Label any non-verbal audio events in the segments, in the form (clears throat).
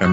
And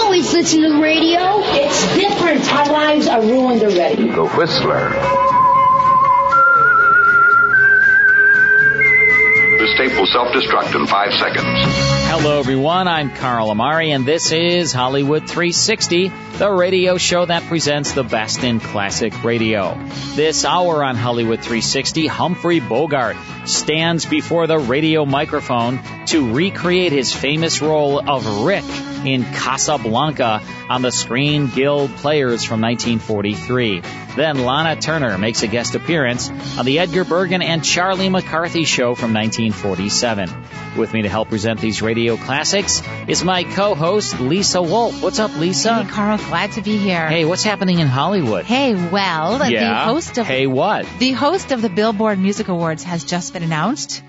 always listen to the radio. It's different. Our lives are ruined already. The Whistler. This tape will self-destruct in five seconds. Hello, everyone. I'm Carl Amari, and this is Hollywood 360, the radio show that presents the best in classic radio. This hour on Hollywood 360, Humphrey Bogart stands before the radio microphone to recreate his famous role of Rick in Casablanca on the Screen Guild Players from 1943. Then Lana Turner makes a guest appearance on the Edgar Bergen and Charlie McCarthy show from 1947. With me to help present these radio classics is my co-host Lisa Wolf. What's up, Lisa? Hey, Carl, glad to be here. Hey, what's happening in Hollywood? Hey, well, yeah. the host of hey what? the host of the Billboard Music Awards has just been announced.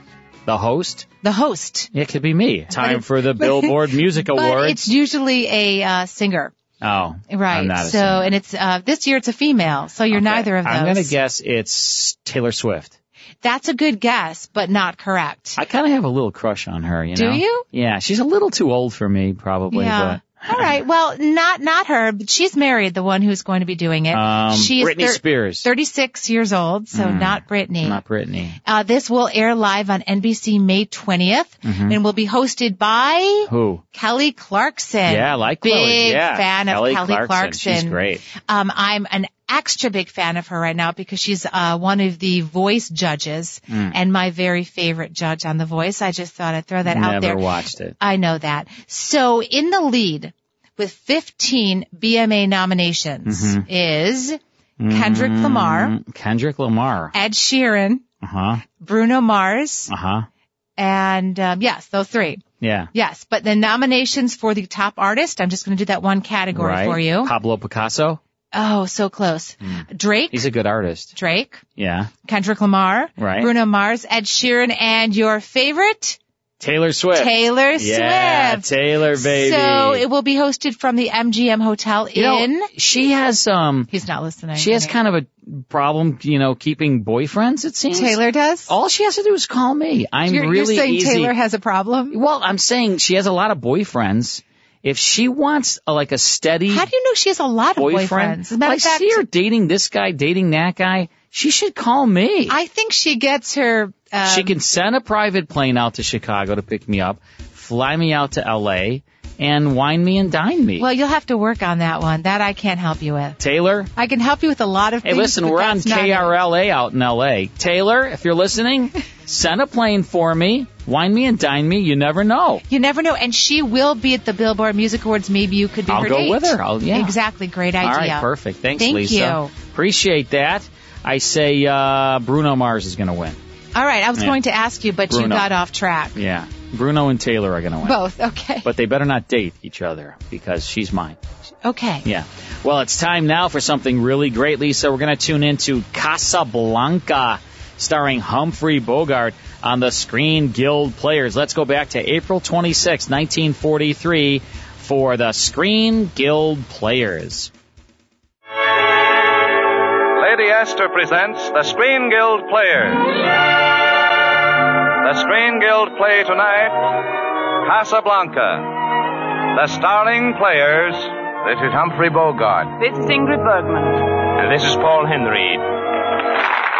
The host? The host, It could (laughs) be me. Time for the Billboard Music but it's Awards. usually a uh, singer, oh, right? I'm not a so, singer. and it's uh, this year it's a female, so you're Okay. neither of those. I'm gonna guess it's Taylor Swift. That's a good guess, but not correct. I kind of have a little crush on her, you Do know. you? Yeah, she's a little too old for me, probably. yeah. (laughs) All right. Well, not not her, but she's married. The one who's going to be doing it. But um, she is Britney thir- Spears, Hmm. 36 years old, so not Britney. not Britney. Uh, this will air live on NBC May 20th Hmm. and will be hosted by Mm-hmm. Who? Kelly Clarkson. yeah, I like Big Chloe. Yeah, fan of Kelly Kelly, Clarkson. She's Clarkson. great. Um, I'm an extra big fan of her right now because she's uh, one of the voice judges Hmm. Mm. and my very favorite judge on The Voice. I just thought I'd throw that Never out there. watched it. I know that. So in the lead with 15 BMA nominations Hmm. is Mm-hmm. Kendrick Lamar, Mm, Mm-hmm. Kendrick Lamar. Ed Sheeran, Uh huh. Bruno Mars, Uh huh. and um, yes, those three. Yeah. Yes, but the nominations for the top artist, I'm just going to do that one category right. for you. Pablo Picasso. Oh, so close. Drake, He's a good artist. Drake, Yeah. Kendrick Lamar, Right. Bruno Mars, Ed Sheeran, and your favorite, Taylor Swift. Taylor Yeah, Swift. Taylor baby. So it will be hosted from the MGM Hotel you know, in. she has um He's not listening. she has kind of a problem, you know, keeping boyfriends. It seems. Taylor does. All she has to do is call me. I'm you're, you're really saying easy. Taylor has a problem. well, I'm saying she has a lot of boyfriends. If she wants a, like a steady How do you know she has a lot of boyfriends? boyfriend, As a matter I of fact, see her dating this guy, dating that guy. She should call me. I think she gets her. Um, she can send a private plane out to Chicago to pick me up, fly me out to L.A., and wine me and dine me. Well, you'll have to work on that one. That I can't help you with. Taylor. I can help you with a lot of Hey, things. listen, but we're on that's not- KRLA out in LA. Taylor, if you're listening, (laughs) send a plane for me, wine me and dine me. You never know. You never know, and she will be at the Billboard Music Awards. Maybe you could be I'll her go date. with her. I'll- yeah. Exactly. Great idea. All right, perfect. Thanks, Thank Lisa. you. Appreciate that. I say uh, Bruno Mars is going to win. All right, I was Yeah. going to ask you, but you Bruno. got off track. Yeah, Bruno and Taylor are going to win. Both. Okay. But they better not date each other because she's mine. okay. Yeah. Well, it's time now for something really great, Lisa. We're going to tune into Casablanca, starring Humphrey Bogart on the Screen Guild Players. Let's go back to April 26, 1943, for the Screen Guild Players. Lady Astor presents the Screen Guild Players. The Screen Guild play tonight Casablanca. The starring players. This is Humphrey Bogart. This is Ingrid Bergman. And this is Paul Henry.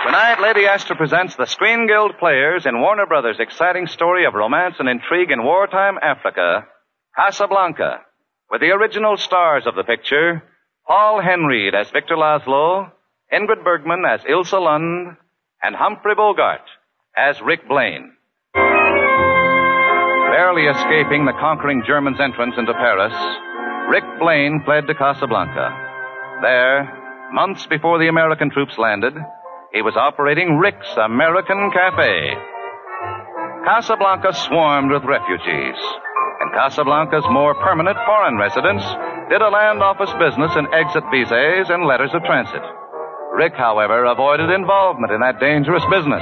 Tonight, Lady Astor presents the Screen Guild Players in Warner Brothers' exciting story of romance and intrigue in wartime Africa, Casablanca, with the original stars of the picture, Paul Henreid as Victor Laszlo, Ingrid Bergman as Ilsa Lund, and Humphrey Bogart as Rick Blaine. Barely escaping the conquering Germans' entrance into Paris, Rick Blaine fled to Casablanca. There, months before the American troops landed, he was operating Rick's American Cafe. Casablanca swarmed with refugees, and Casablanca's more permanent foreign residents did a land office business in exit visas and letters of transit. Rick, however, avoided involvement in that dangerous business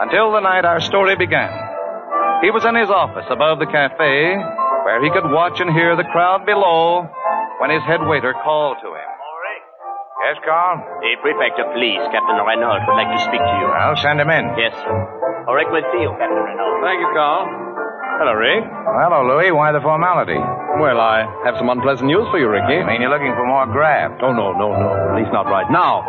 until the night our story began. He was in his office above the cafe where he could watch and hear the crowd below when his head waiter called to him. Yes, Carl? The prefect of police, Captain Renault, would like to speak to you. I'll send him in. Yes, sir. All right, we'll see you, Captain Renault. Thank you, Carl. Hello, Rick. Hello, Louis. Why the formality? Well, I have some unpleasant news for you, Ricky. I mean, you're looking for more graft. Oh, no, no, no. At least not right now.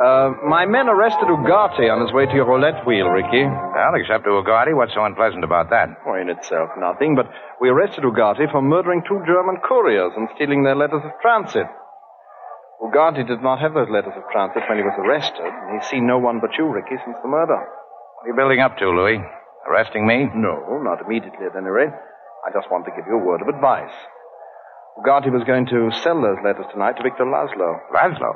Uh, my men arrested Ugarte on his way to your roulette wheel, Ricky. Well, except to Ugarte, what's so unpleasant about that? Well, in itself, nothing. But we arrested Ugarte for murdering two German couriers and stealing their letters of transit. Ugarte did not have those letters of transit when he was arrested, and he's seen no one but you, Ricky, since the murder. What are you building up to, Louis? Arresting me? No, not immediately at any rate. I just want to give you a word of advice. Ugarte was going to sell those letters tonight to Victor Laszlo. Laszlo?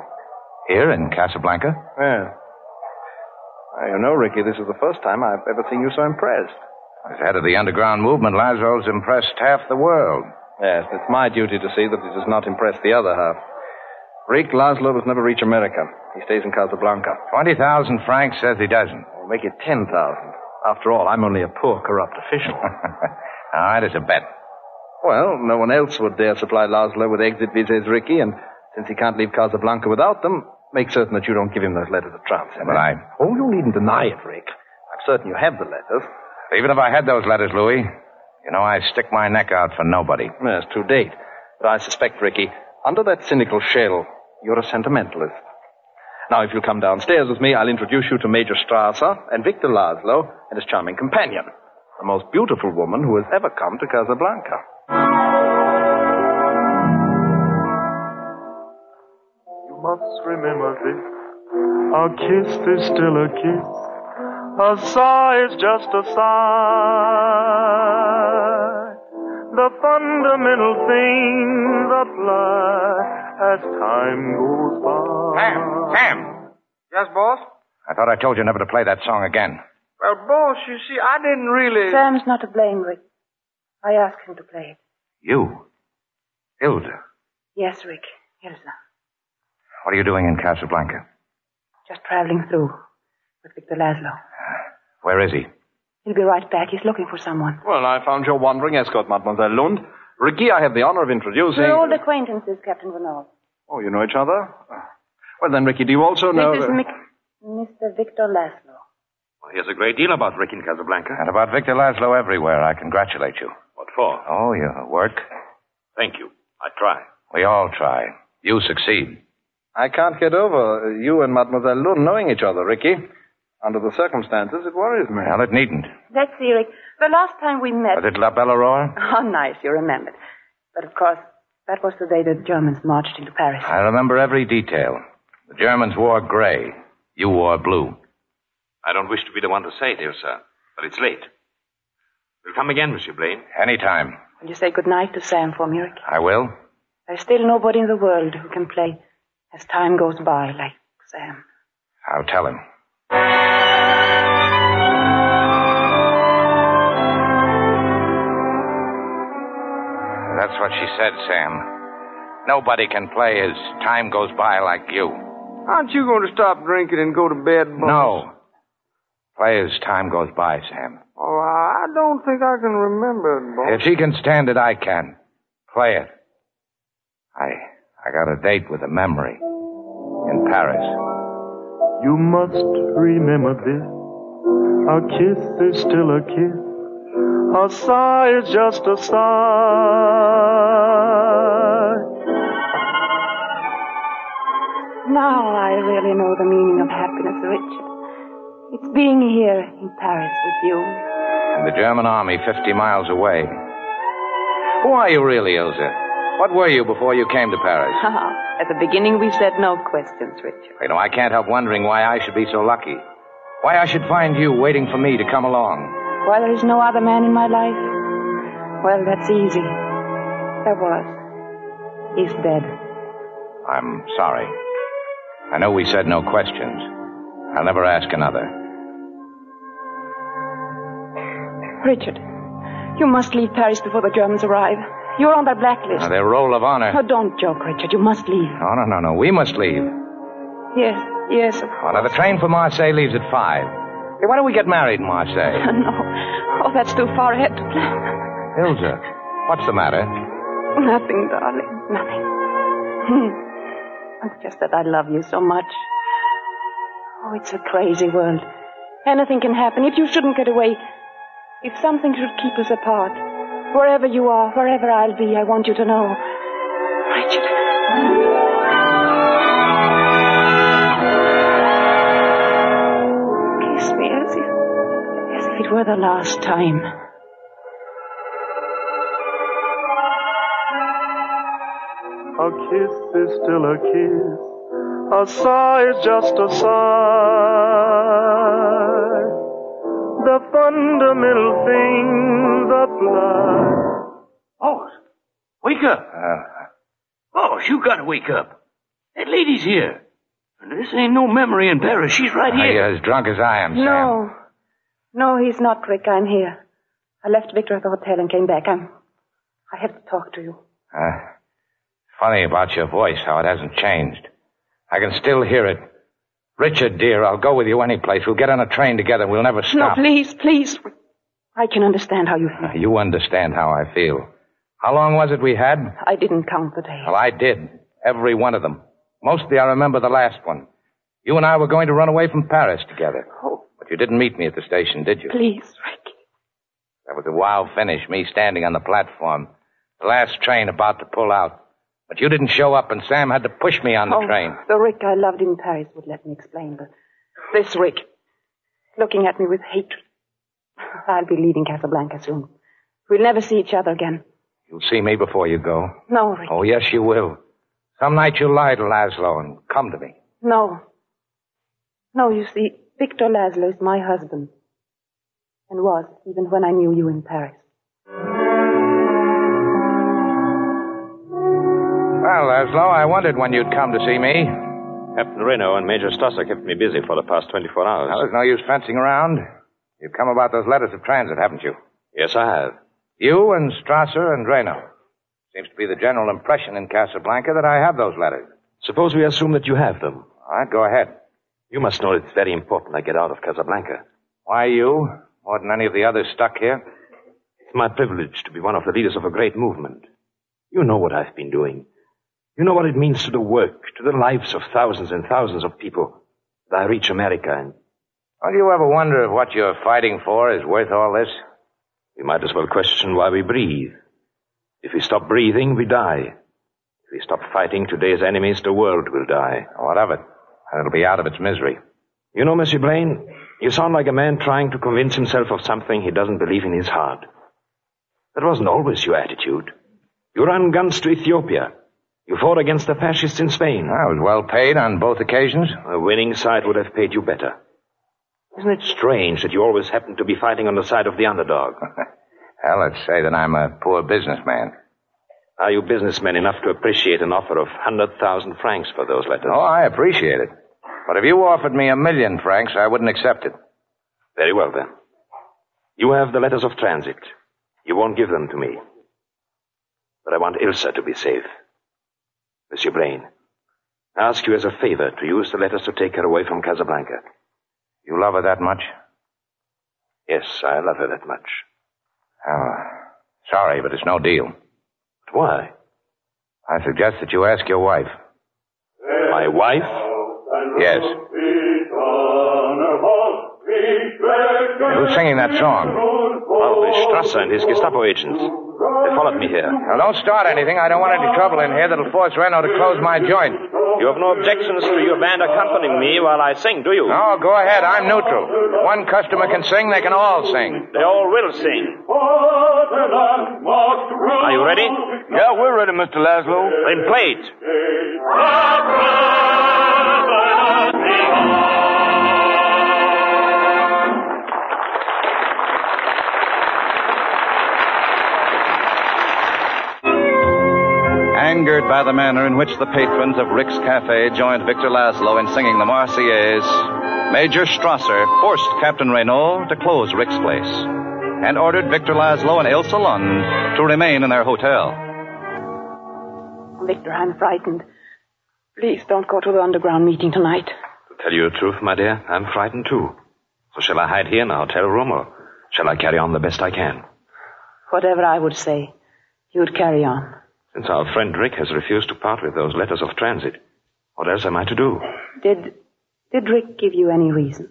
Here in Casablanca? Yeah. Well, you know, Ricky, this is the first time I've ever seen you so impressed. As head of the underground movement, Laszlo's impressed half the world. Yes, it's my duty to see that he does not impress the other half. Rick Laszlo will never reach America. He stays in Casablanca. 20,000 francs says he doesn't. We'll make it 10,000. After all, I'm only a poor, corrupt (laughs) official. all right, it's Ah, a bet. Well, no one else would dare supply Laszlo with exit visas, Ricky, and since he can't leave Casablanca without them, make certain that you don't give him those letters of transit. But I... Oh, you needn't deny it, Rick. I'm certain you have the letters. Even if I had those letters, Louis, you know I stick my neck out for nobody. Yes, to date. But I suspect, Ricky, under that cynical shell, you're a sentimentalist. Now, if you'll come downstairs with me, I'll introduce you to Major Strasser and Victor Laszlo and his charming companion, the most beautiful woman who has ever come to Casablanca. You must remember this. Our kiss is still a kiss. A sigh is just a sigh. The fundamental things apply as time goes by. Sam! Sam! Yes, boss? I thought I told you never to play that song again. Well, boss, you see, Oh, I didn't really. Sam's not to blame, Rick. I asked him to play it. You? Hilda? Yes, Rick. Hilda. What are you doing in Casablanca? Just traveling through with Victor Laszlo. Where is he? He'll be right back. He's looking for someone. Well, I found your wandering escort, Mademoiselle Lund. Ricky, I have the honor of introducing. We're old acquaintances, Captain Renault. Oh, you know each other? Well, then, Ricky, do you also know. This is Mick- Mr. Victor Laszlo. Well, he has a great deal about Rick in Casablanca. And about Victor Laszlo everywhere. I congratulate you. What for? Oh, your work. Thank you. I try. We all try. You succeed. I can't get over you and Mademoiselle Lund knowing each other, Ricky. Under the circumstances, it worries me. Well, it needn't. That's Eric. The last time we met. Was it La Belle Aurore? (laughs) Oh, nice. You remembered. But of course, that was the day the Germans marched into Paris. I remember every detail. The Germans wore gray. You wore blue. I don't wish to be the one to say, dear sir, but it's late. We'll come again, Monsieur Blaine. Any time. Will you say good night to Sam for me, Rick? I will. There's still nobody in the world who can play as time goes by like Sam. I'll tell him. That's what she said, Sam. Nobody can play as time goes by like you. Aren't you going to stop drinking and go to bed, Boss? No. Play as time goes by, Sam. Oh, I don't think I can remember it, Boss. If she can stand it, I can. Play it. I I got a date with a memory in Paris. You must remember this. A kiss is still a kiss. A sigh is just a sigh. Now I really know the meaning of happiness, Richard. It's being here in Paris with you. And the German army 50 miles away. Who are (laughs) you really, Ilse? What were you before you came to Paris? At the beginning, we said no questions, Richard. You know, I can't help wondering why I should be so lucky. Why I should find you waiting for me to come along. Why there is no other man in my life? Well, that's easy. There was. He's dead. I'm sorry. I know we said no questions. I'll never ask another. Richard, you must leave Paris before the Germans arrive. You're Ah, on their blacklist. Now, their roll of honor. Oh, don't joke, Richard. You must leave. No, no, no, no. We must leave. Yes, yes, of Well, now, the train for Marseille leaves at five. Hey, why don't we get married in Marseille? (laughs) no. Oh, that's too far ahead to plan. Hilda, what's the matter? Nothing, darling. Nothing. Hmm. It's just that I love you so much. Oh, it's a crazy world. Anything can happen. If you shouldn't get away, if something should keep us apart, wherever you are, wherever I'll be, I want you to know. Kiss me as if, as if it were the last time. A kiss is still a kiss. A sigh is just a sigh. The fundamental things apply. Oh, wake up. Uh, Oh, you gotta wake up. That lady's here. And this ain't no memory in Paris. She's right Now, here. You're as drunk as I am, Sam. No. No, he's not, Rick. I'm here. I left Victor at the hotel and came back. I'm. I have to talk to you. Uh, funny about your voice, how it hasn't changed. I can still hear it. Richard, dear, I'll go with you any place. We'll get on a train together. and We'll never stop. Uh, No, please, please. I can understand how you feel. You understand how I feel. How long was it we had? I didn't count the days. Well, I did. Every one of them. Mostly I remember the last one. You and I were going to run away from Paris together. Oh. But you didn't meet me at the station, did you? Please, That was a wild finish, me standing on the platform. The last train about to pull out. But you didn't show up, and Sam had to push me on the Oh, train. The Rick I loved in Paris would let me explain, but this Rick, looking at me with hatred. I'll be leaving Casablanca soon. We'll never see each other again. You'll see me before you go. No, Rick. Oh, yes, you will. Some night you'll lie to Laszlo and come to me. No. No, you see, Victor Laszlo is my husband. And was, even when I knew you in Paris. Well, Laszlo, I wondered when you'd come to see me. Captain Reno and Major Stusser kept me busy for the past 24 hours. Now, there's no use fencing around. You've come about those letters of transit, haven't you? Yes, I have. You and Strasser and Reno. Seems to be the general impression in Casablanca that I have those letters. Suppose we assume that you have them. All right, go ahead. You must know it's very important I get out of Casablanca. Why you? More than any of the others stuck here? It's my privilege to be one of the leaders of a great movement. You know what I've been doing. You know what it means to the work, to the lives of thousands and thousands of people. That I reach America and Don't you ever wonder if what you're fighting for is worth all this? we might as well question why we breathe. If we stop breathing, we die. If we stop fighting today's enemies, the world will die. What of it? And it'll be out of its misery. You know, Monsieur Blaine, you sound like a man trying to convince himself of something he doesn't believe in his heart. That wasn't always your attitude. You ran guns to Ethiopia. You fought against the fascists in Spain. I was well paid on both occasions. A winning side would have paid you better. Isn't it strange that you always happen to be fighting on the side of the underdog? Well, let's say that I'm a poor businessman. Are you businessmen enough to appreciate an offer of 100,000 francs for those letters? Oh, I appreciate it. But if you offered me a million francs, I wouldn't accept it. Very well, then. You have the letters of transit. You won't give them to me. But I want Ilsa to be safe. Monsieur Blaine, I ask you as a favor to use the letters to take her away from Casablanca. You love her that much? Yes, I love her that much. Oh, sorry, but it's no deal. But why? I suggest that you ask your wife. My wife? Yes. Who's singing that song? Oh, the Strasser and his Gestapo agents. They followed me here. Now, don't start anything. I don't want any trouble in here that'll force Reno to close my joint. You have no objections to your band accompanying me while I sing, do you? No, go ahead. I'm neutral. If One customer can sing, they can all sing. They all will sing. Are you ready? Yeah, we're ready, Mr. Laszlo. Then play it. Angered by the manner in which the patrons of Rick's Cafe joined Victor Laszlo in singing the Marseillaise, Major Strasser forced Captain Reynaud to close Rick's place and ordered Victor Laszlo and Ilsa Lund to remain in their hotel. Victor, I'm frightened. Please don't go to the underground meeting tonight. To tell you the truth, my dear, I'm frightened too. So shall I hide here in a hotel room, or shall I carry on the best I can? Whatever I would say, you would carry on. Since our friend Rick has refused to part with those letters of transit, what else am I to do? Did did Rick give you any reason?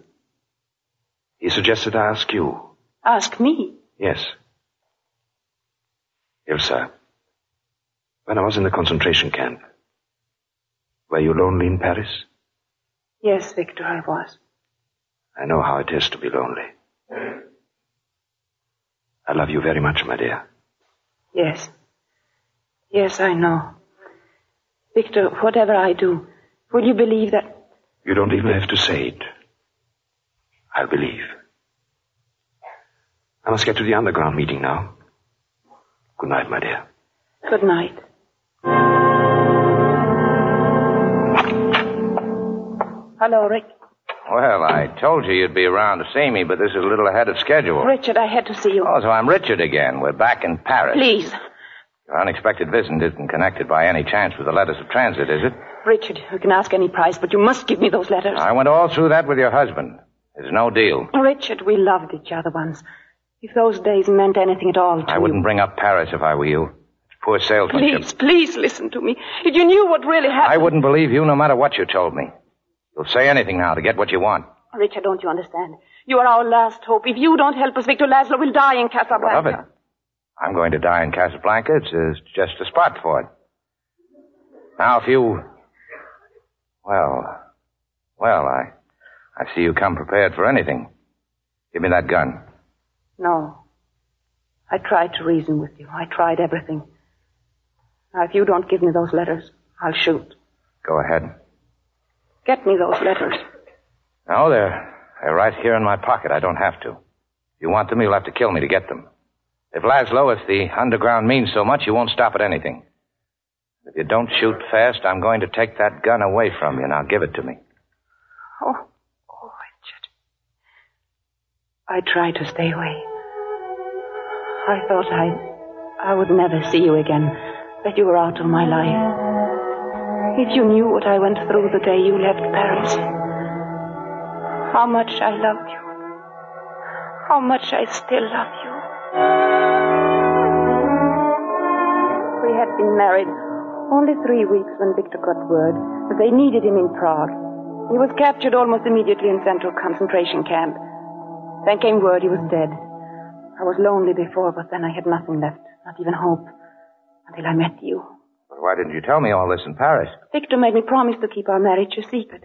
He suggested I ask you. Ask me. Yes. Ilsa, when I was in the concentration camp, were you lonely in Paris? Yes, Victor, I was. I know how it is to be lonely. I love you very much, my dear. Yes. Yes, I know. Victor, whatever I do, will you believe that? You don't even have to say it. I'll believe. I must get to the underground meeting now. Good night, my dear. Good night. Hello, Rick. Well, I told you you'd be around to see me, but this is a little ahead of schedule. Richard, I had to see you. Oh, so I'm Richard again. We're back in Paris. Please. Your unexpected visit isn't connected by any chance with the letters of transit, is it? Richard, you can ask any price, but you must give me those letters. I went all through that with your husband. There's no deal. Richard, we loved each other once. If those days meant anything at all to I wouldn't you- bring up Paris if I were you. It's poor salesmanship. Please, please listen to me. If you knew what really happened. I wouldn't believe you no matter what you told me. You'll say anything now to get what you want. Richard, don't you understand? You are our last hope. If you don't help us, Victor Laszlo will die in Casablanca. Love it. I'm going to die in Casablanca. It's uh, just a spot for it. Now, if you. Well. Well, I. I see you come prepared for anything. Give me that gun. No. I tried to reason with you. I tried everything. Now, if you don't give me those letters, I'll shoot. Go ahead. Get me those letters. No, they're. They're right here in my pocket. I don't have to. If you want them, you'll have to kill me to get them. If Laszlo, if the underground means so much, you won't stop at anything. If you don't shoot fast, I'm going to take that gun away from you. Now give it to me. Oh, oh, Richard. I tried to stay away. I thought I, I would never see you again, that you were out of my life. If you knew what I went through the day you left Paris, how much I loved you, how much I still love you. We had been married only three weeks when Victor got word that they needed him in Prague. He was captured almost immediately in central concentration camp. Then came word he was dead. I was lonely before, but then I had nothing left, not even hope, until I met you. But why didn't you tell me all this in Paris? Victor made me promise to keep our marriage a secret.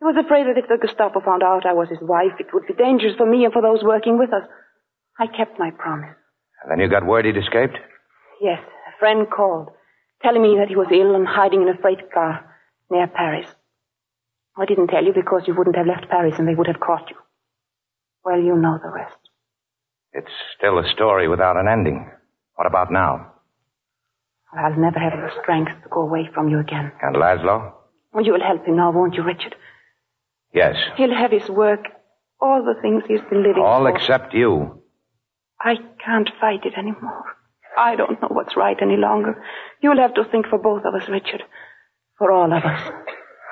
He was afraid that if the Gestapo found out I was his wife, it would be dangerous for me and for those working with us. I kept my promise. And then you got word he'd escaped? Yes, a friend called, telling me that he was ill and hiding in a freight car near Paris. I didn't tell you because you wouldn't have left Paris and they would have caught you. Well, you know the rest. It's still a story without an ending. What about now? I'll never have the strength to go away from you again. And Laszlo? Well, you'll help him now, won't you, Richard? Yes. He'll have his work, all the things he's been living All for. except you. I can't fight it anymore. I don't know what's right any longer. You'll have to think for both of us, Richard. For all of us.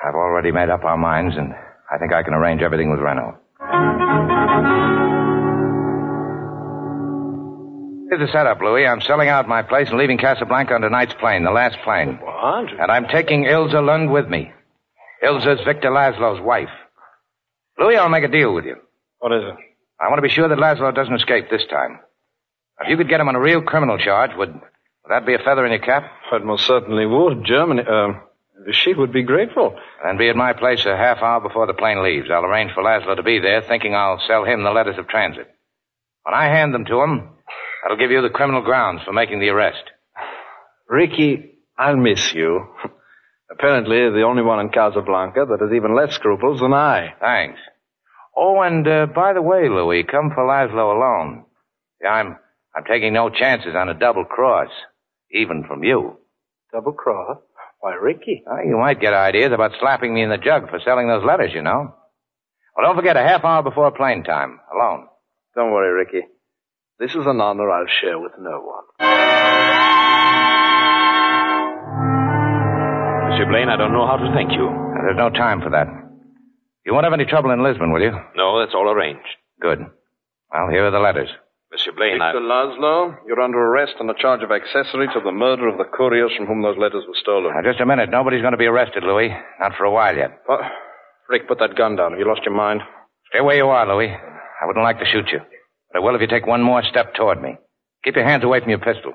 I've already made up our minds, and I think I can arrange everything with Renault. Here's the setup, Louis. I'm selling out my place and leaving Casablanca on tonight's plane, the last plane. What? And I'm taking Ilza Lund with me. Ilza's Victor Laszlo's wife. Louis, I'll make a deal with you. What is it? I want to be sure that Laszlo doesn't escape this time. If you could get him on a real criminal charge, would, would that be a feather in your cap? It most certainly would. Germany, um, she would be grateful. Then be at my place a half hour before the plane leaves. I'll arrange for Laszlo to be there, thinking I'll sell him the letters of transit. When I hand them to him, that'll give you the criminal grounds for making the arrest. Ricky, I'll miss you. (laughs) Apparently, the only one in Casablanca that has even less scruples than I. Thanks. Oh, and uh, by the way, Louis, come for Laszlo alone. See, I'm I'm taking no chances on a double cross, even from you. Double cross? Why, Ricky. Uh, you might get ideas about slapping me in the jug for selling those letters, you know. Well, don't forget a half hour before plane time, alone. Don't worry, Ricky. This is an honor I'll share with no one. Monsieur Blaine, I don't know how to thank you. Now, there's no time for that. You won't have any trouble in Lisbon, will you? No, that's all arranged. Good. Well, here are the letters. Monsieur Blaine, Victor I... Laszlo, you're under arrest on the charge of accessory to the murder of the couriers from whom those letters were stolen. Now, just a minute. Nobody's going to be arrested, Louis. Not for a while yet. Uh, Rick, put that gun down. Have you lost your mind? Stay where you are, Louis. I wouldn't like to shoot you. But I will if you take one more step toward me. Keep your hands away from your pistol.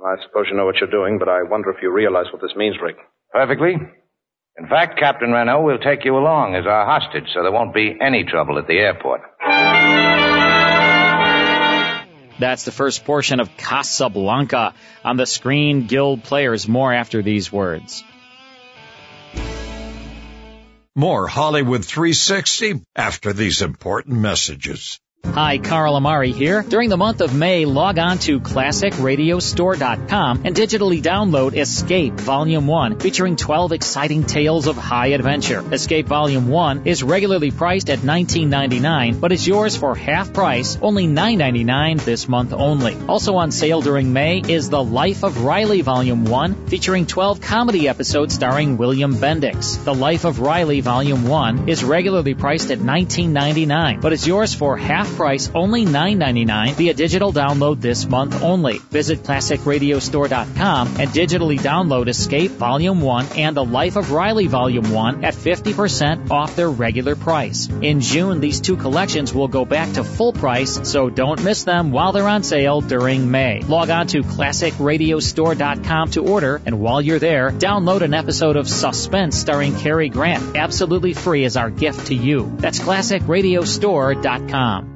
Well, I suppose you know what you're doing, but I wonder if you realize what this means, Rick. Perfectly. In fact, Captain Renault will take you along as our hostage, so there won't be any trouble at the airport. That's the first portion of Casablanca on the screen. Guild players, more after these words. More Hollywood 360 after these important messages. Hi, Carl Amari here. During the month of May, log on to classicradiostore.com and digitally download Escape Volume 1, featuring 12 exciting tales of high adventure. Escape Volume 1 is regularly priced at $19.99, but is yours for half price, only $9.99 this month only. Also on sale during May is The Life of Riley Volume 1, featuring 12 comedy episodes starring William Bendix. The Life of Riley Volume 1 is regularly priced at $19.99, but is yours for half price only $9.99 via digital download this month only. Visit classicradiostore.com and digitally download Escape Volume 1 and The Life of Riley Volume 1 at 50% off their regular price. In June, these two collections will go back to full price, so don't miss them while they're on sale during May. Log on to classicradiostore.com to order, and while you're there, download an episode of Suspense starring Cary Grant, absolutely free as our gift to you. That's classicradiostore.com.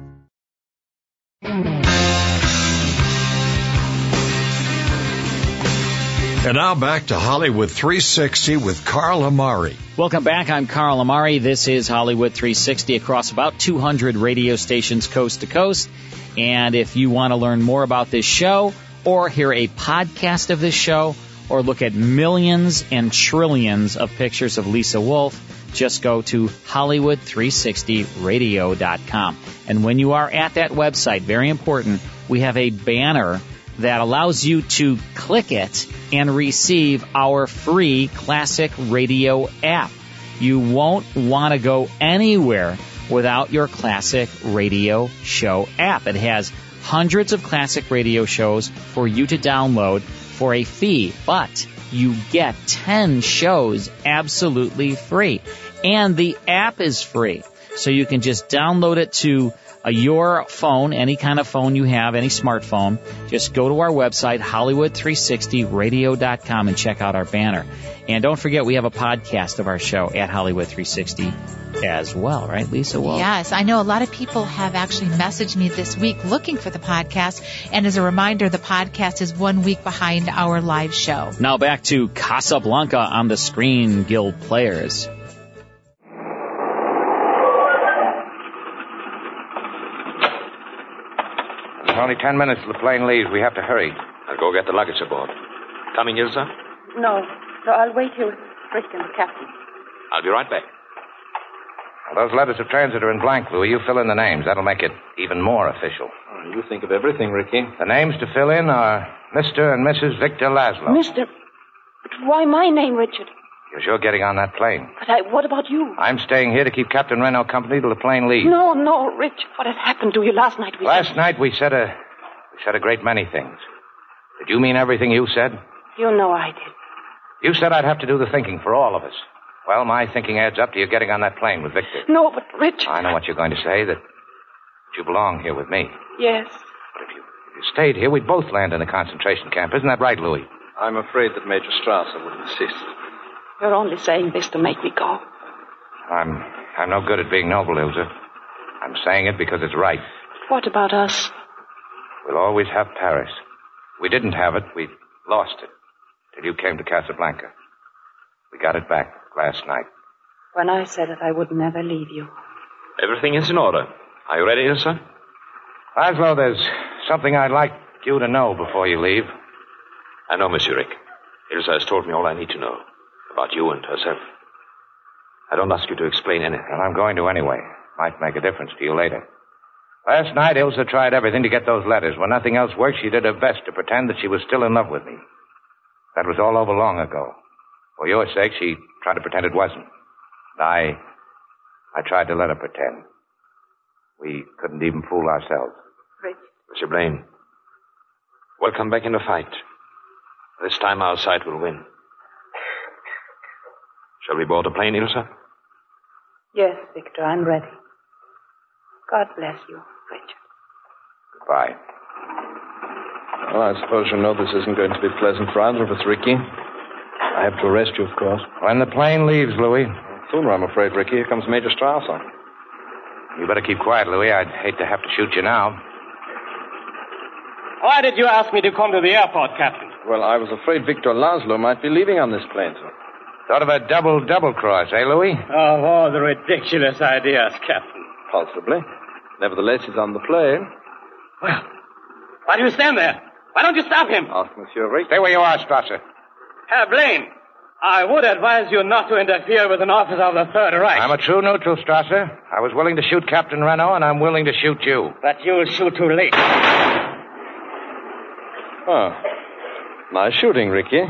And now back to Hollywood 360 with Carl Amari. Welcome back. I'm Carl Amari. This is Hollywood 360 across about 200 radio stations coast to coast. And if you want to learn more about this show or hear a podcast of this show or look at millions and trillions of pictures of Lisa Wolf, just go to Hollywood360radio.com. And when you are at that website, very important, we have a banner that allows you to click it and receive our free classic radio app. You won't want to go anywhere without your classic radio show app. It has hundreds of classic radio shows for you to download for a fee, but you get 10 shows absolutely free. And the app is free. So you can just download it to uh, your phone, any kind of phone you have, any smartphone. Just go to our website, Hollywood360radio.com, and check out our banner. And don't forget, we have a podcast of our show at Hollywood360 as well, right, Lisa? Well, Yes, I know a lot of people have actually messaged me this week looking for the podcast. And as a reminder, the podcast is one week behind our live show. Now back to Casablanca on the screen, Guild players. There's only ten minutes till the plane leaves. We have to hurry. I'll go get the luggage aboard. Coming, Ilsa? No, no, I'll wait here with Frisk and the captain. I'll be right back. Well, those letters of transit are in blank, Louis. You fill in the names. That'll make it even more official. Oh, you think of everything, Ricky. The names to fill in are Mr. and Mrs. Victor Laszlo. Mister, but why my name, Richard? You're sure getting on that plane. But I, what about you? I'm staying here to keep Captain Renault company till the plane leaves. No, no, Richard. What has happened to you last night? We Last night we said a we said a great many things. Did you mean everything you said? You know I did. You said I'd have to do the thinking for all of us. Well, my thinking adds up to you getting on that plane with Victor. No, but Richard. I know what you're going to say, that you belong here with me. If Yes. you stayed here, we'd both land in a concentration camp. Isn't that right, Louis? I'm afraid that Major Strasser would insist. You're only saying this to make me go. I'm I'm no good at being noble, Ilsa. I'm saying it because it's right. What about us? We'll always have Paris. We didn't have it. We lost it. Till you came to Casablanca. We got it back last night. When I said that I would never leave you. Everything is in order. Are you ready, Ilsa? Laszlo, there's something I'd like you to know before you leave. I know, Monsieur Rick. Ilsa has told me all I need to know about you and herself. I don't ask you to explain anything. Well, I'm going to anyway. Might make a difference to you later. Last night, Ilsa tried everything to get those letters. When nothing else worked, she did her best to pretend that she was still in love with me. That was all over long ago. For your sake, she tried to pretend it wasn't. I. I tried to let her pretend. We couldn't even fool ourselves. Richard. Monsieur Blaine, we'll come back in a fight. This time our side will win. Shall we board a plane, Ilsa? Yes, Victor, I'm ready. God bless you, Richard. Goodbye. Well, I suppose you know this isn't going to be pleasant for either of us, Ricky. I have to arrest you, of course. When the plane leaves, Louis. Sooner, I'm afraid, Ricky. Here comes Major Strasser. You better keep quiet, Louis. I'd hate to have to shoot you now. Why did you ask me to come to the airport, Captain? Well, I was afraid Victor Laszlo might be leaving on this plane. Thought of a double double cross, eh, Louis? Of all the ridiculous ideas, Captain. Possibly. Nevertheless, he's on the plane. Well, why do you stand there? Why don't you stop him? Ask Monsieur Rick. Stay where you are, Strasser. Herr Blaine, I would advise you not to interfere with an officer of the Third Reich. I'm a true neutral, Strasser. I was willing to shoot Captain Renault, and I'm willing to shoot you. But you'll shoot too late. Oh. Nice shooting, Ricky.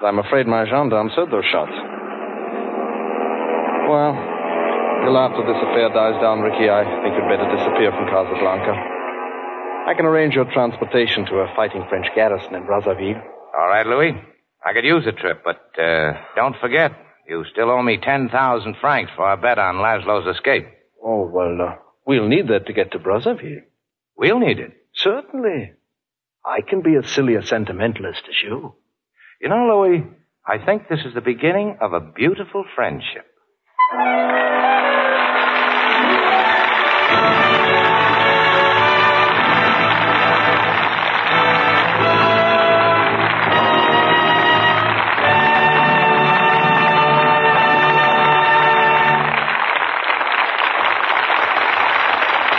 But I'm afraid my gendarmes heard those shots. Well, till after this affair dies down, Ricky, I think you'd better disappear from Casablanca. I can arrange your transportation to a fighting French garrison in Brazzaville. All right, Louis. I could use the trip, but uh, don't forget, you still owe me 10,000 francs for our bet on Laszlo's escape. Oh, well, uh, we'll need that to get to Brazzaville. We'll need it. Certainly. I can be as silly a sentimentalist as you. You know, Louis, I think this is the beginning of a beautiful friendship.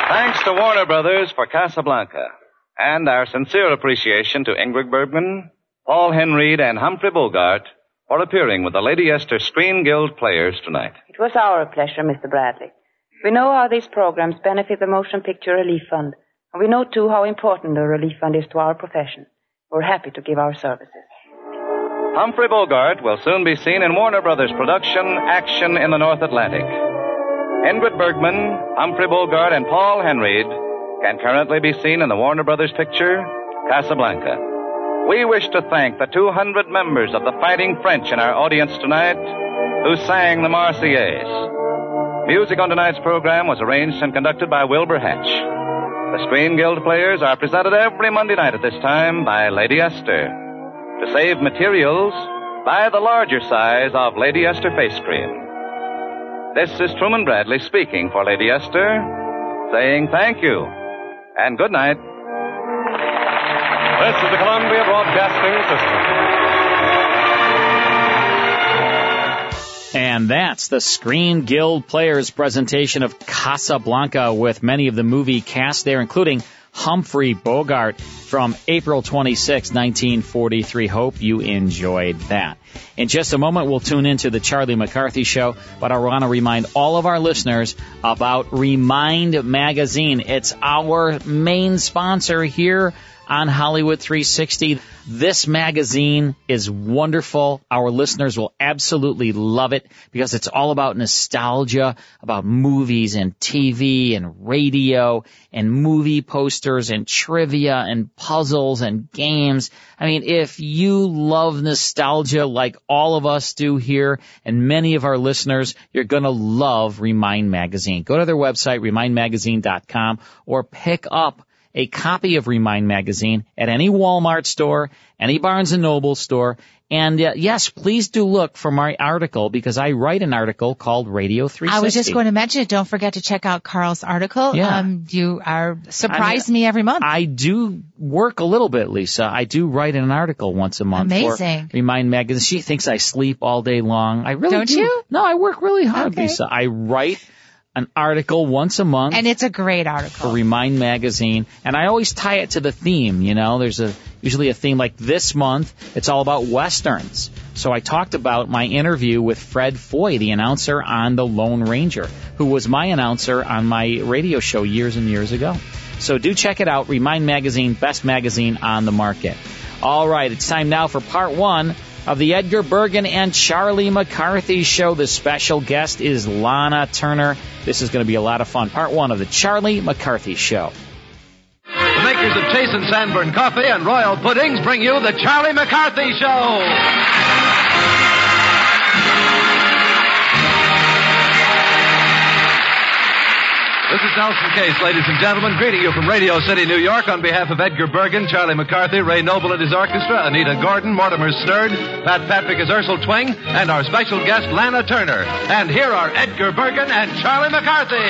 Thanks to Warner Brothers for Casablanca and our sincere appreciation to Ingrid Bergman, Paul Henreid, and Humphrey Bogart for appearing with the Lady Esther Screen Guild players tonight. It was our pleasure, Mr. Bradley. We know how these programs benefit the Motion Picture Relief Fund, and we know, too, how important the Relief Fund is to our profession. We're happy to give our services. Humphrey Bogart will soon be seen in Warner Brothers production Action in the North Atlantic. Ingrid Bergman, Humphrey Bogart, and Paul Henreid can currently be seen in the Warner Brothers picture, Casablanca. We wish to thank the 200 members of the Fighting French in our audience tonight who sang the Marseillaise. Music on tonight's program was arranged and conducted by Wilbur Hatch. The Screen Guild players are presented every Monday night at this time by Lady Esther. To save materials, buy the larger size of Lady Esther face cream. This is Truman Bradley speaking for Lady Esther, saying thank you and good night. This is the Columbia Broadcasting System. And that's the Screen Guild Players presentation of Casablanca with many of the movie cast there, including Humphrey Bogart from April 26, 1943. Hope you enjoyed that. In just a moment, we'll tune into the Charlie McCarthy Show, but I want to remind all of our listeners about Remind Magazine. It's our main sponsor here on Hollywood 360. This magazine is wonderful. Our listeners will absolutely love it because it's all about nostalgia, about movies and TV and radio and movie posters and trivia and puzzles and games. I mean, if you love nostalgia like all of us do here and many of our listeners, you're going to love Remind Magazine. Go to their website, remindmagazine.com or pick up a copy of Remind magazine at any Walmart store, any Barnes and Noble store, and uh, yes, please do look for my article because I write an article called Radio 360. I was just going to mention it. Don't forget to check out Carl's article. Yeah. Um, you are surprise me every month. I do work a little bit, Lisa. I do write an article once a month. Amazing. For Remind magazine. She thinks I sleep all day long. I really Don't do. you? No, I work really hard, Okay. Lisa. I write an article once a month. and it's a great article. for Remind Magazine, and I always tie it to the theme. You know, there's a usually a theme like this month. It's all about westerns. So I talked about my interview with Fred Foy, the announcer on The Lone Ranger, who was my announcer on my radio show years and years ago. So do check it out. Remind Magazine, best magazine on the market. All right, it's time now for part one of the Edgar Bergen and Charlie McCarthy show. The special guest is Lana Turner. This is going to be a lot of fun. Part one of the Charlie McCarthy show. The makers of Chase and Sanborn Coffee and Royal Puddings bring you the Charlie McCarthy Show. This is Nelson Case, ladies and gentlemen, greeting you from Radio City, New York, on behalf of Edgar Bergen, Charlie McCarthy, Ray Noble and his orchestra, Anita Gordon, Mortimer Stern, Pat Patrick as Ursel Twing, and our special guest, Lana Turner. And here are Edgar Bergen and Charlie McCarthy.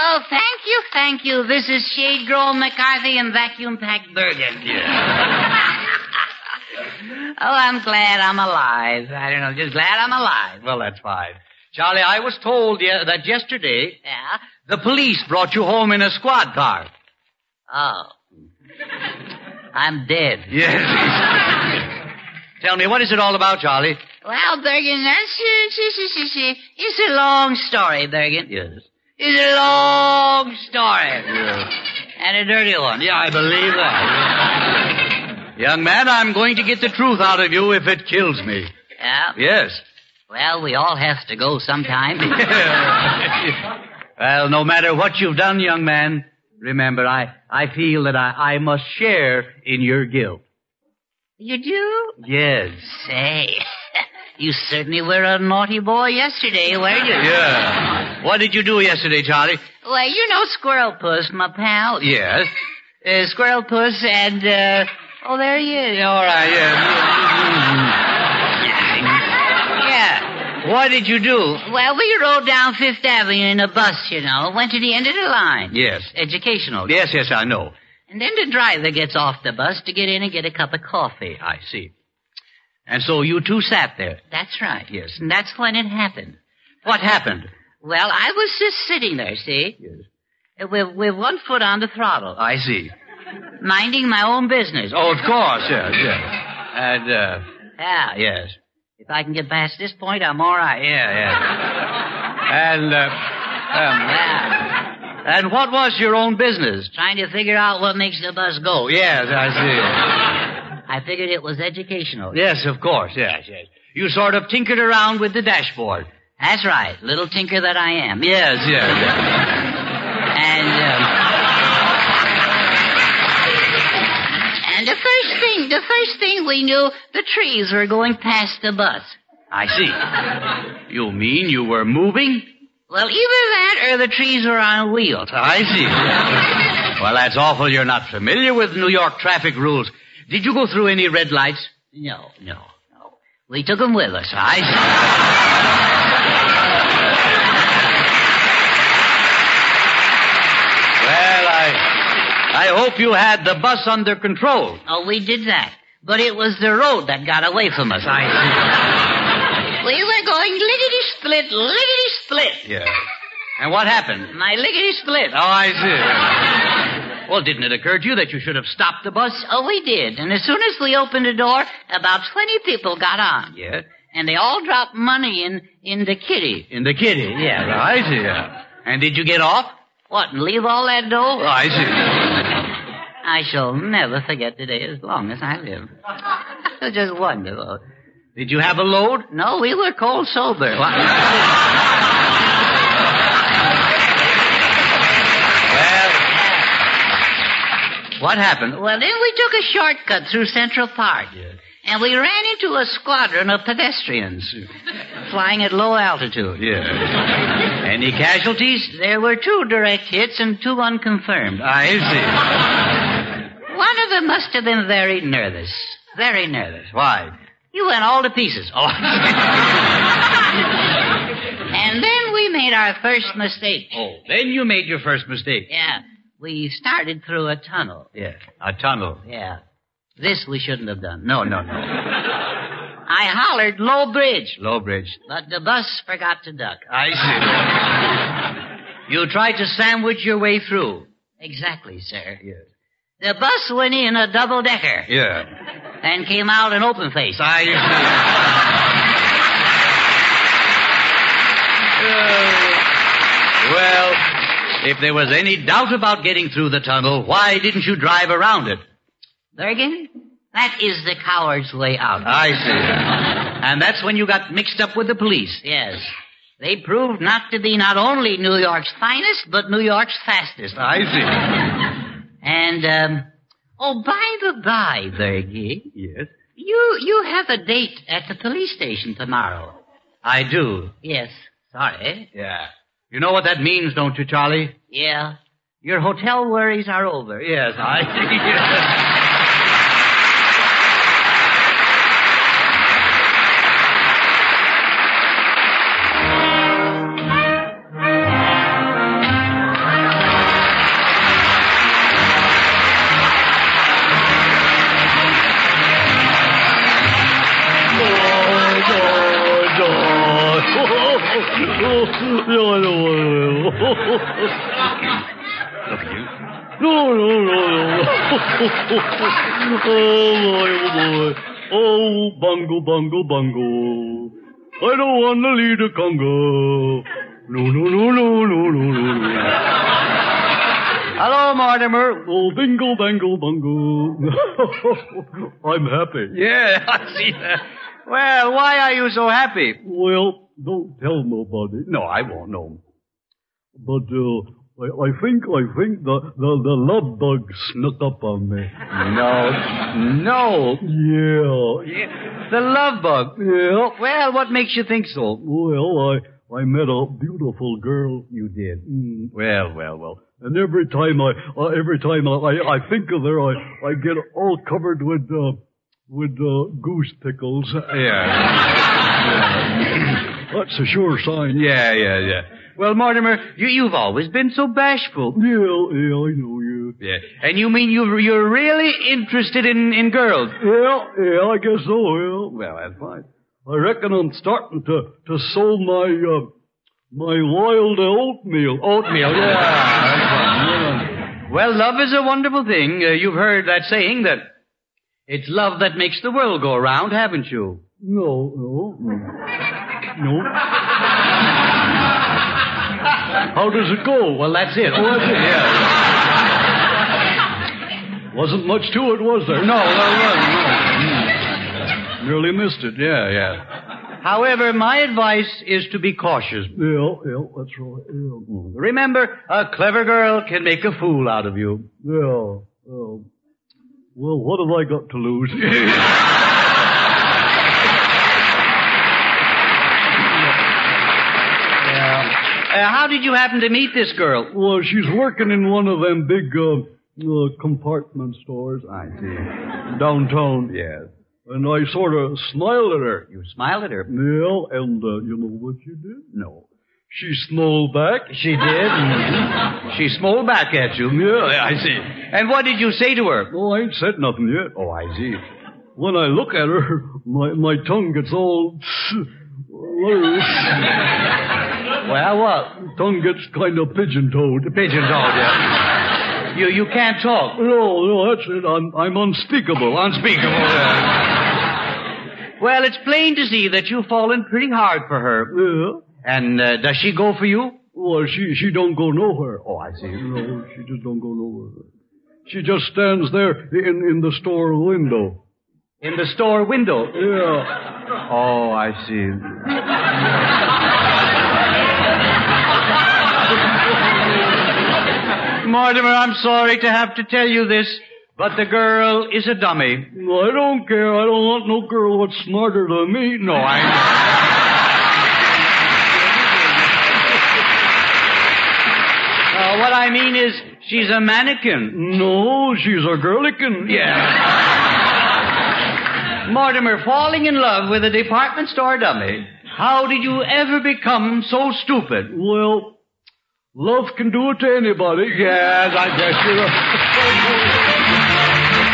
Oh, thank you, thank you. This is Shade Grohl McCarthy and Vacuum Pack Bergen. oh, I'm glad I'm alive. I don't know, just glad I'm alive. Well, that's fine. Charlie, I was told ye- that yesterday Yeah? the police brought you home in a squad car. Oh. I'm dead. Yes. Tell me, what is it all about, Charlie? Well, Bergen, that's it's a long story, Bergen. Yes. It's a long story. And a dirty one. Yeah, I believe that. Young man, I'm going to get the truth out of you if it kills me. Yeah. Yes. Well, we all have to go sometime. Well, no matter what you've done, young man, remember, I, (laughs) I feel that I, I must share in your guilt. you do? Yes. Say, (laughs) you certainly were a naughty boy yesterday, weren't you? Yeah. What did you do yesterday, Charlie? Well, you know Squirrel Puss, my pal. Yes. Uh, Squirrel Puss and, uh, oh, there he is. All right, yeah. yeah. What did you do? Well, we rode down Fifth Avenue in a bus, you know, went to the end of the line. Yes. Educational. Yes, yes, I know. And then the driver gets off the bus to get in and get a cup of coffee. I see. And so you two sat there. That's right. Yes. And that's when it happened. What happened? Well, I was just sitting there, see? Yes. With, with one foot on the throttle, I see. minding my own business. Oh, of course, yes, yes. And, uh, Yeah. yes. If I can get past this point, I'm all right. Yeah, yeah. And, uh, um, and what was your own business? Trying to figure out what makes the bus go. Yes, I I figured it was educational. see. Yes, of course, yes, yes. You sort of tinkered around with the dashboard. That's right. Little tinker that I am. Yes, yes, yes. (laughs) And the first thing, the first thing we knew, the trees were going past the bus. I see. You mean you were moving? Well, either that or the trees were on wheels. I see. Well, that's awful. You're not familiar with New York traffic rules. Did you go through any red lights? No, no, no. We took them with us. I see. Well, I, I hope you had the bus under control. Oh, we did that. But it was the road that got away from us. we were going lickety split, lickety split. Yeah. And what happened? My lickety split. Oh, I see. Well, didn't it occur to you that you should have stopped the bus? Oh, we did. And as soon as we opened the door, about 20 people got on. Yeah. And they all dropped money in, in the kitty. In the kitty. Yeah. I see. yeah. And did you get off? What, and leave all that dough? Oh, I see. I shall never forget today as long as I live. It was just wonderful. Did you have a load? No, we were cold sober. What happened? Well, then we took a shortcut through Central Park. And we ran into a squadron of pedestrians flying at low altitude. Yeah. Any casualties? There were two direct hits and two unconfirmed. I One of them must have been very nervous. Very nervous. see. Why? You went all to pieces. Oh. and then we made our first mistake. Oh, then you made your first mistake. Yeah. We started through a tunnel. Yeah. A tunnel. Yeah. This we shouldn't have done. No, no, no. I hollered low bridge, (laughs) Low bridge. but the bus forgot to duck. I see. you tried to sandwich your way through. Exactly, sir. (laughs) The bus went in a double decker Yeah. and came out an open face. I see. Uh, well, if there was any doubt about getting through the tunnel, why didn't you drive around it? Bergen, That is the coward's way out. I see. and that's when you got mixed up with the police. Yes. They proved not to be not only New York's finest, but New York's fastest. I see. And, um, oh, by the by, Bergie. Yes? You, you have a date at the police station tomorrow. I do. Yes. Sorry. Yeah. You know what that means, don't you, Charlie? Yeah. Your hotel worries are over. Yes, (laughs) (laughs) 哎 I. No, no, no, Look at you. No, no, no, no. oh, boy, oh, boy. Oh, bungle, bungle, bungle. I don't want to lead a congo. No, no, no, no, no, no, no, no. Hello, Mortimer. Oh, bingle, bangle, bungle. (laughs) I'm happy. Yeah, I see that. Well, why are you so happy? Well, don't tell nobody. No, I won't. No. But uh, I, I think I think the, the the love bug snuck up on me. No, no. Yeah. yeah. The love bug. Yeah. Well, what makes you think so? Well, I I met a beautiful girl. You did. Mm. Well, well, (clears throat) well. And every time I uh, every time I, I, I think of her, I I get all covered with. Uh, with uh, goose pickles. Yeah. (laughs) yeah. That's a sure sign. Yeah, yeah, yeah. Well, Mortimer, you, have always been so bashful. Yeah, yeah, I know you. Yeah. And you mean you, you're really interested in, in girls? Yeah, yeah, I guess so, yeah. Well, that's fine. I reckon I'm starting to, to sow my, uh, my wild oatmeal. Oatmeal, yeah. yeah. Well, love is a wonderful thing. Uh, you've heard that saying that it's love that makes the world go round, haven't you? No, no. No. How does it go? Well, that's it. Oh, that's it. Yeah. Wasn't much to it, was there? No, there wasn't. No. Nearly missed it. Yeah, yeah. However, my advice is to be cautious. Yeah, Oh, yeah, that's right. Yeah. Remember, a clever girl can make a fool out of you. Yeah. yeah. Well, what have I got to lose? (laughs) yeah. uh, how did you happen to meet this girl? Well, she's working in one of them big uh, uh, compartment stores. I see. Downtown. Yes. And I sort of smiled at her. You smiled at her? Well, yeah, and uh, you know what she did? No. She smiled back. She did. (laughs) Mm-hmm. she smiled back at you. Yeah, I see. And what did you say to her? Oh, I ain't said nothing yet. Oh, I see. When I look at her, (laughs) my, my tongue gets all loose. well, what? Tongue gets kind of pigeon-toed. Pigeon-toed, yeah. you you can't talk. No, no, that's it. I'm I'm unspeakable. Unspeakable. Yeah. Well, it's plain to see that you've fallen pretty hard for her. Yeah. And uh, does she go for you? Well, she she don't go nowhere. Oh, I see. No, she just don't go nowhere. She just stands there in in the store window. In the store window. Yeah. Oh, I see. Mortimer, I'm sorry to have to tell you this, but the girl is a dummy. I don't care. I don't want no girl that's smarter than me. No, I. Uh, what I mean is, she's a mannequin. No, she's a girlican. Yeah. Mortimer, falling in love with a department store dummy. How did you ever become so stupid? Well, love can do it to anybody. Yes, I guess you're right.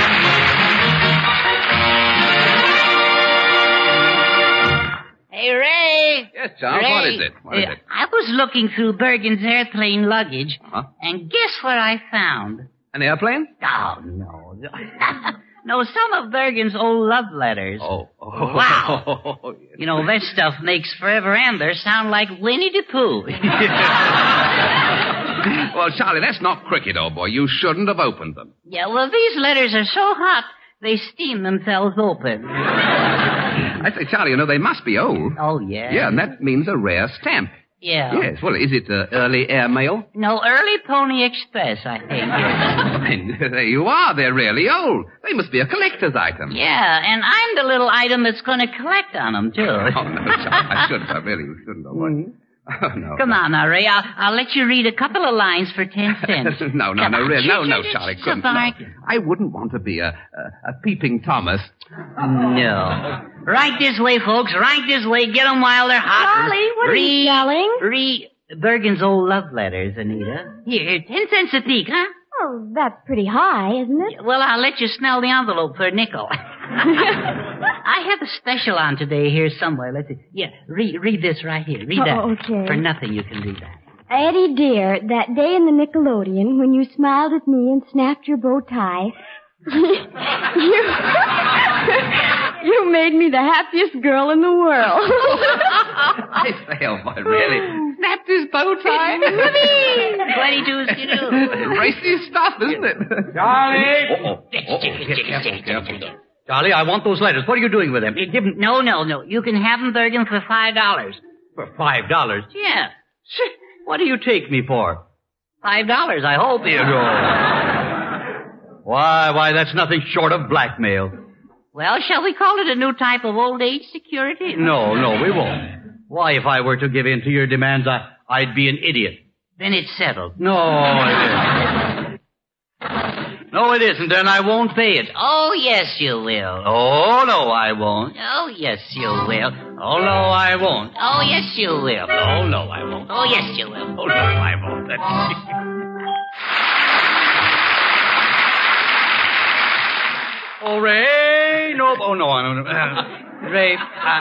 Hey, Ray. Yes, John, Ray. what is it? What is it? I was looking through Bergen's airplane luggage, uh-huh. and guess what I found? An airplane? Oh, no. (laughs) no, some of Bergen's old love letters. Oh. oh. Wow. (laughs) Oh, yes. You know, this stuff makes Forever Amber sound like Winnie the Pooh. (laughs) well, Charlie, that's not cricket, old boy. You shouldn't have opened them. Yeah, well, these letters are so hot They steam themselves open. I say, Charlie, you know, they must be old. Oh, yes. Yeah, and that means a rare stamp. Yeah. Yes, well, is it uh, early air mail? (laughs) No, Early Pony Express, I think. (laughs) And there you are, they're really old. They must be a collector's item. yeah, and I'm the little item that's going to collect on them, too. Mm. Oh, no, Charlie, I shouldn't. I really shouldn't have. (laughs) Oh, no. Come on, Murray. I'll, I'll let you read a couple of lines for (laughs) ten cents. no, no, Come no, on. really, no, (laughs) no, Ch- ch- ch- Charlie, ch- couldn't. No. Barker. I wouldn't want to be a, a, a peeping Thomas. (laughs) No. Right this way, folks. Right this way. Get 'em while they're hot. Charlie, what are you yelling? Re Bergen's old love letters, Anita. Here, ten cents a peek, huh? Oh, that's pretty high, isn't it? Well, I'll let you smell the envelope for a (laughs) nickel. I have a special on today here somewhere. Let's see. Yeah, read read this right here. Read that. Oh, okay. For nothing, you can read that. Eddie dear, that day in the Nickelodeon when you smiled at me and snapped your bow tie, (laughs) you, (laughs) you made me the happiest girl in the world. I fail, but really. Snapped his bow (laughs) tie. (laughs) Twenty-two Racy stuff, isn't it? Charlie! Charlie, I want those letters. What are you doing with them? Give them. No, no, no. You can have them, Bergen, for five dollars. For five dollars. Yeah. What do you take me for? Five dollars, I hope. you (laughs) Why, why, that's nothing short of blackmail. Well, shall we call it a new type of old age security? No, no, we won't. Why, if I were to give in to your demands, I, I'd be an idiot. Then it's settled. No, it isn't. No, it isn't, and I won't pay it. (laughs) Oh, yes, you will. Oh, no, I won't. Oh, yes, you will. Oh, no, I won't. Oh, yes, you will. Oh, no, I won't. Oh, yes, you will. Oh, no, I won't. (laughs) That's... Oh, Ray, no, oh, no, I'm... Uh, (laughs) Ray, I,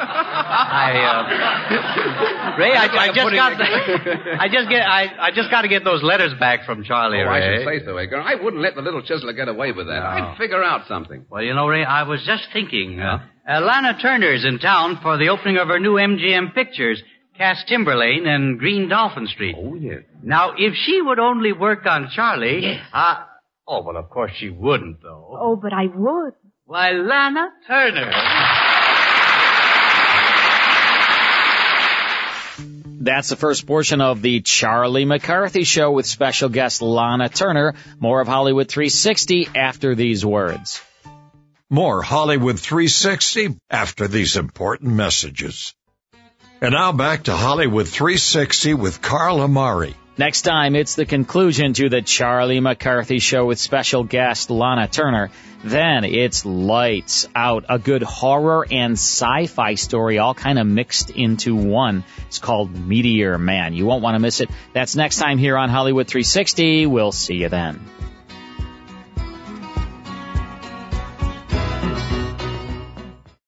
I, uh, Ray, I, I just got the, I just get, I, I just got to get those letters back from Charlie, Oh, I Ray. should say so, Edgar. I wouldn't let the little chiseler get away with that. I'd figure out something. Oh. Well, you know, Ray, I was just thinking. Uh, Alana Turner's in town for the opening of her new MGM Pictures, Cass Timberlane and Green Dolphin Street. Oh, yeah. Now, if she would only work on Charlie, uh, oh, well, of course she wouldn't, though. oh, but I would. Why, Lana Turner. That's the first portion of the Charlie McCarthy Show with special guest Lana Turner. More of Hollywood 360 after these words. More Hollywood 360 after these important messages. And now back to Hollywood 360 with Carl Amari. Next time, it's the conclusion to the Charlie McCarthy Show with special guest Lana Turner. Then it's lights out, a good horror and sci-fi story all kind of mixed into one. It's called Meteor Man. You won't want to miss it. That's next time here on Hollywood 360. We'll see you then.